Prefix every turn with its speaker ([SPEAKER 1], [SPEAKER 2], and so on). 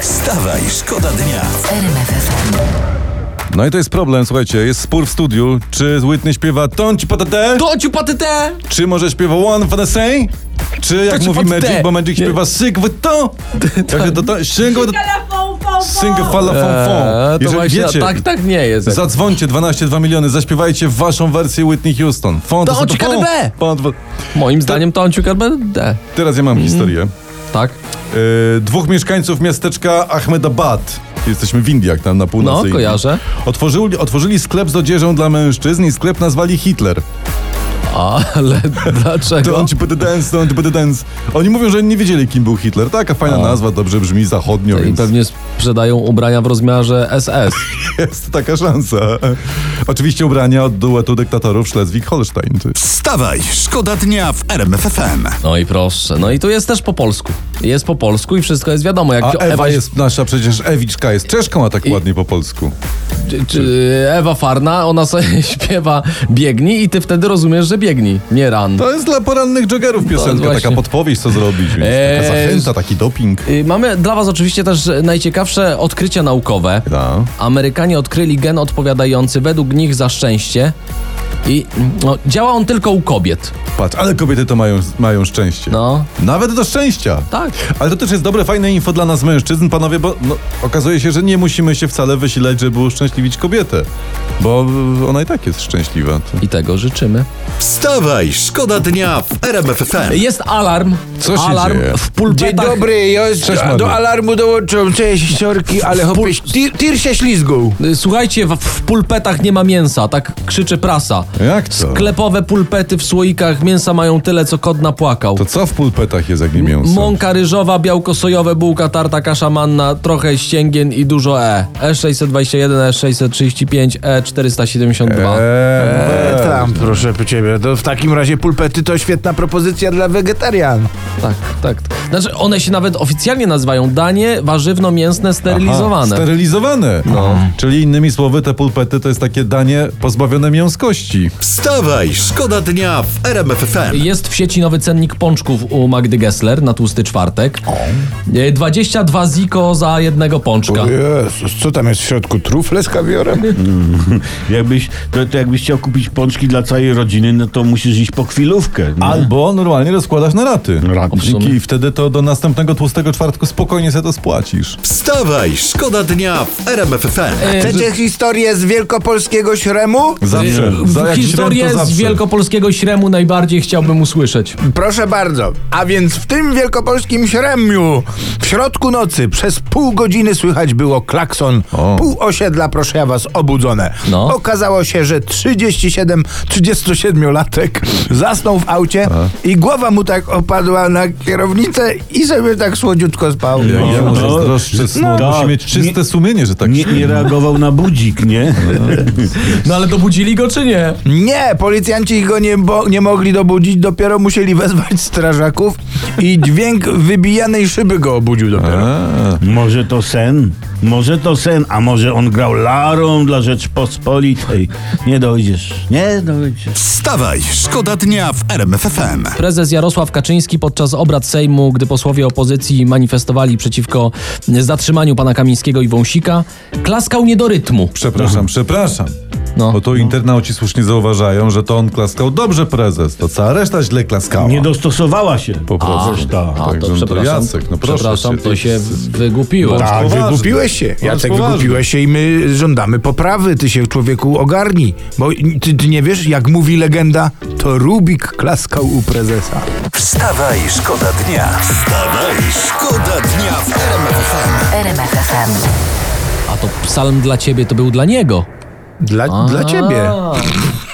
[SPEAKER 1] Wstawaj, szkoda dnia.
[SPEAKER 2] No i to jest problem, słuchajcie, jest spór w studiu, czy Whitney śpiewa Tonci Patate,
[SPEAKER 3] To ciu patyte!
[SPEAKER 2] czy może śpiewa One for the Same, czy jak
[SPEAKER 3] ci
[SPEAKER 2] mówi
[SPEAKER 3] patate.
[SPEAKER 2] Magic, bo Magic
[SPEAKER 3] Nie.
[SPEAKER 2] śpiewa Syk w to, jak
[SPEAKER 3] Tak.
[SPEAKER 2] to to, single,
[SPEAKER 4] Telefon, fon, fon.
[SPEAKER 2] single fala fon fon.
[SPEAKER 3] Eee, to
[SPEAKER 2] Jeżeli
[SPEAKER 3] właśnie,
[SPEAKER 2] wiecie,
[SPEAKER 3] tak, tak nie jest.
[SPEAKER 2] zadzwońcie 12,2 miliony, zaśpiewajcie waszą wersję Whitney Houston. Fon,
[SPEAKER 3] To ci
[SPEAKER 2] fon,
[SPEAKER 3] KDB.
[SPEAKER 2] fon, fon.
[SPEAKER 3] Moim zdaniem to on ciu KBD.
[SPEAKER 2] Teraz ja mam
[SPEAKER 3] Mhm.
[SPEAKER 2] historię.
[SPEAKER 3] Tak?
[SPEAKER 2] Yy, dwóch mieszkańców miasteczka Ahmedabad. Jesteśmy w Indiach, tam na północy.
[SPEAKER 3] No,
[SPEAKER 2] Indii.
[SPEAKER 3] kojarzę.
[SPEAKER 2] Otworzyli, otworzyli sklep z odzieżą dla mężczyzn i sklep nazwali Hitler.
[SPEAKER 3] Ale
[SPEAKER 2] To
[SPEAKER 3] dlaczego?
[SPEAKER 2] on ci będzie dance, to on ci będzie dance. Oni mówią, że nie wiedzieli, kim był Hitler. Taka fajna nazwa, dobrze brzmi zachodnio,
[SPEAKER 3] I
[SPEAKER 2] więc
[SPEAKER 3] pewnie sprzedają ubrania w rozmiarze SS.
[SPEAKER 2] jest taka szansa. Oczywiście ubrania od duetu dyktatorów Szlezwik-Holstein. Czy-
[SPEAKER 1] Wstawaj, szkoda dnia w RMFFM.
[SPEAKER 3] No i proszę. No i tu jest też po polsku. Jest po polsku i wszystko jest wiadomo. Jak
[SPEAKER 2] A Ewa
[SPEAKER 3] się-
[SPEAKER 2] jest nasza przecież Ewiczka, jest Czeszką, a tak ładnie po polsku.
[SPEAKER 3] Czy- czy Ewa Farna, ona sobie śpiewa biegnij i ty wtedy rozumiesz, że biegnij, nie ran.
[SPEAKER 2] To jest dla porannych joggerów piosenka, taka
[SPEAKER 3] właśnie.
[SPEAKER 2] podpowiedź, co zrobić, więc taka
[SPEAKER 3] Eee,
[SPEAKER 2] zachęta, taki doping.
[SPEAKER 3] Y, Mamy dla was oczywiście też najciekawsze odkrycia naukowe.
[SPEAKER 2] Da.
[SPEAKER 3] Amerykanie odkryli gen odpowiadający według nich za szczęście i no, działa on tylko u kobiet.
[SPEAKER 2] Patrz, ale kobiety to mają, mają szczęście.
[SPEAKER 3] No.
[SPEAKER 2] Nawet do szczęścia.
[SPEAKER 3] Tak.
[SPEAKER 2] Ale to też jest dobre, fajne info dla nas mężczyzn, panowie, bo no, okazuje się, że nie musimy się wcale wysilać, żeby uszczęśliwić kobietę. Bo y, ona i tak jest szczęśliwa. To-
[SPEAKER 3] I tego życzymy.
[SPEAKER 1] Wstawaj, szkoda dnia w RMFFM.
[SPEAKER 3] Jest alarm.
[SPEAKER 2] Co się
[SPEAKER 3] alarm
[SPEAKER 2] dzieje?
[SPEAKER 3] w
[SPEAKER 5] Dzień
[SPEAKER 3] pulpetach.
[SPEAKER 5] dobry, ja z-
[SPEAKER 2] Cześć, Magda.
[SPEAKER 5] do alarmu dołączą. Cześć, sorki, ale hopyś, tir, tir się ślizgą.
[SPEAKER 3] Y, Słuchajcie, w, w pulpetach nie ma mięsa, tak krzyczy prasa.
[SPEAKER 2] Jak to?
[SPEAKER 3] Sklepowe pulpety w słoikach mięsa mają tyle, co kod napłakał.
[SPEAKER 2] To co w pulpetach jest, jak nie mięso?
[SPEAKER 3] Mąka ryżowa, białko sojowe, bułka, tarta, kasza manna, trochę ścięgien i dużo E. E621, E635, E472.
[SPEAKER 2] Eee,
[SPEAKER 5] E, tam, proszę po ciebie. To w takim razie pulpety to świetna propozycja dla wegetarian.
[SPEAKER 3] Tak, tak. Znaczy, one się nawet oficjalnie nazywają danie warzywno-mięsne sterylizowane.
[SPEAKER 2] Aha, sterylizowane. Czyli innymi słowy, te pulpety to jest takie danie pozbawione mięskości.
[SPEAKER 1] Wstawaj, szkoda dnia w RMFFM.
[SPEAKER 3] Jest w sieci nowy cennik pączków u Magdy Gessler na tłusty czwartek. E, 22 ziko za jednego pączka.
[SPEAKER 5] Jezus, co tam jest w środku? Trufle z kawiorem?
[SPEAKER 6] Jakbyś, no to, to jakbyś chciał kupić pączki dla całej rodziny, no to musisz iść po chwilówkę. No.
[SPEAKER 2] Albo normalnie rozkładasz na raty.
[SPEAKER 6] Raty.
[SPEAKER 2] Dzięki, I wtedy to do następnego tłustego czwartku spokojnie sobie to spłacisz.
[SPEAKER 1] Wstawaj, szkoda dnia w RMFFM.
[SPEAKER 3] E,
[SPEAKER 5] Chcecie historię z wielkopolskiego śremu?
[SPEAKER 2] Zawsze. Za
[SPEAKER 3] W
[SPEAKER 2] jak
[SPEAKER 3] historię
[SPEAKER 2] śrem, to
[SPEAKER 3] z
[SPEAKER 2] zawsze.
[SPEAKER 3] wielkopolskiego śremu najbardziej chciałbym usłyszeć.
[SPEAKER 5] Proszę bardzo. A więc w tym wielkopolskim śremiu w środku nocy przez pół godziny słychać było klakson.
[SPEAKER 2] O.
[SPEAKER 5] Pół osiedla, proszę ja was, obudzone.
[SPEAKER 3] No.
[SPEAKER 5] Okazało się, że 37, 37-latek zasnął w aucie i głowa mu tak opadła na kierownicę i sobie tak słodziutko spał.
[SPEAKER 2] Ja
[SPEAKER 6] No,
[SPEAKER 2] mu
[SPEAKER 6] no.
[SPEAKER 2] zazdroszczę snu. On
[SPEAKER 6] No.
[SPEAKER 2] musi mieć czyste sumienie, że tak
[SPEAKER 6] Nie, nie reagował na budzik, nie?
[SPEAKER 3] No ale dobudzili go czy nie?
[SPEAKER 5] Nie, policjanci go nie, bo, nie mogli dobudzić, dopiero musieli wezwać strażaków i dźwięk wybijanej szyby go obudził dopiero.
[SPEAKER 6] Może to sen? Może to sen, a może on grał larą dla Rzeczpospolitej. Nie dojdziesz, nie dojdziesz.
[SPEAKER 1] Wstawaj, szkoda dnia w RMFFM.
[SPEAKER 3] Prezes Jarosław Kaczyński podczas obrad Sejmu, gdy posłowie opozycji manifestowali przeciwko zatrzymaniu pana Kamińskiego i Wąsika, klaskał nie do rytmu.
[SPEAKER 2] Przepraszam, przepraszam.
[SPEAKER 3] No.
[SPEAKER 2] Bo tu internauci słusznie zauważają, że to on klaskał dobrze prezes, to cała reszta źle klaskała.
[SPEAKER 6] Nie dostosowała się.
[SPEAKER 2] Po prostu.
[SPEAKER 6] Reszta.
[SPEAKER 3] A,
[SPEAKER 2] Także
[SPEAKER 3] to
[SPEAKER 2] no to
[SPEAKER 3] przepraszam.
[SPEAKER 2] Jacek, no proszę
[SPEAKER 3] przepraszam,
[SPEAKER 2] cię.
[SPEAKER 3] to się wygłupiło.
[SPEAKER 2] Tak.
[SPEAKER 5] Tak,
[SPEAKER 2] poważny.
[SPEAKER 5] wygłupiłeś się.
[SPEAKER 2] Bądź
[SPEAKER 5] Jacek,
[SPEAKER 2] poważny.
[SPEAKER 5] wygłupiłeś się i my żądamy poprawy. Ty się, człowieku, ogarnij. Bo ty, ty nie wiesz, jak mówi legenda, to Rubik klaskał u prezesa.
[SPEAKER 1] Wstawaj, szkoda dnia. Wstawaj, szkoda dnia w RMFFM.
[SPEAKER 7] RMFFM.
[SPEAKER 3] A to psalm dla ciebie to był dla niego.
[SPEAKER 5] Dla, dla ciebie.
[SPEAKER 3] A.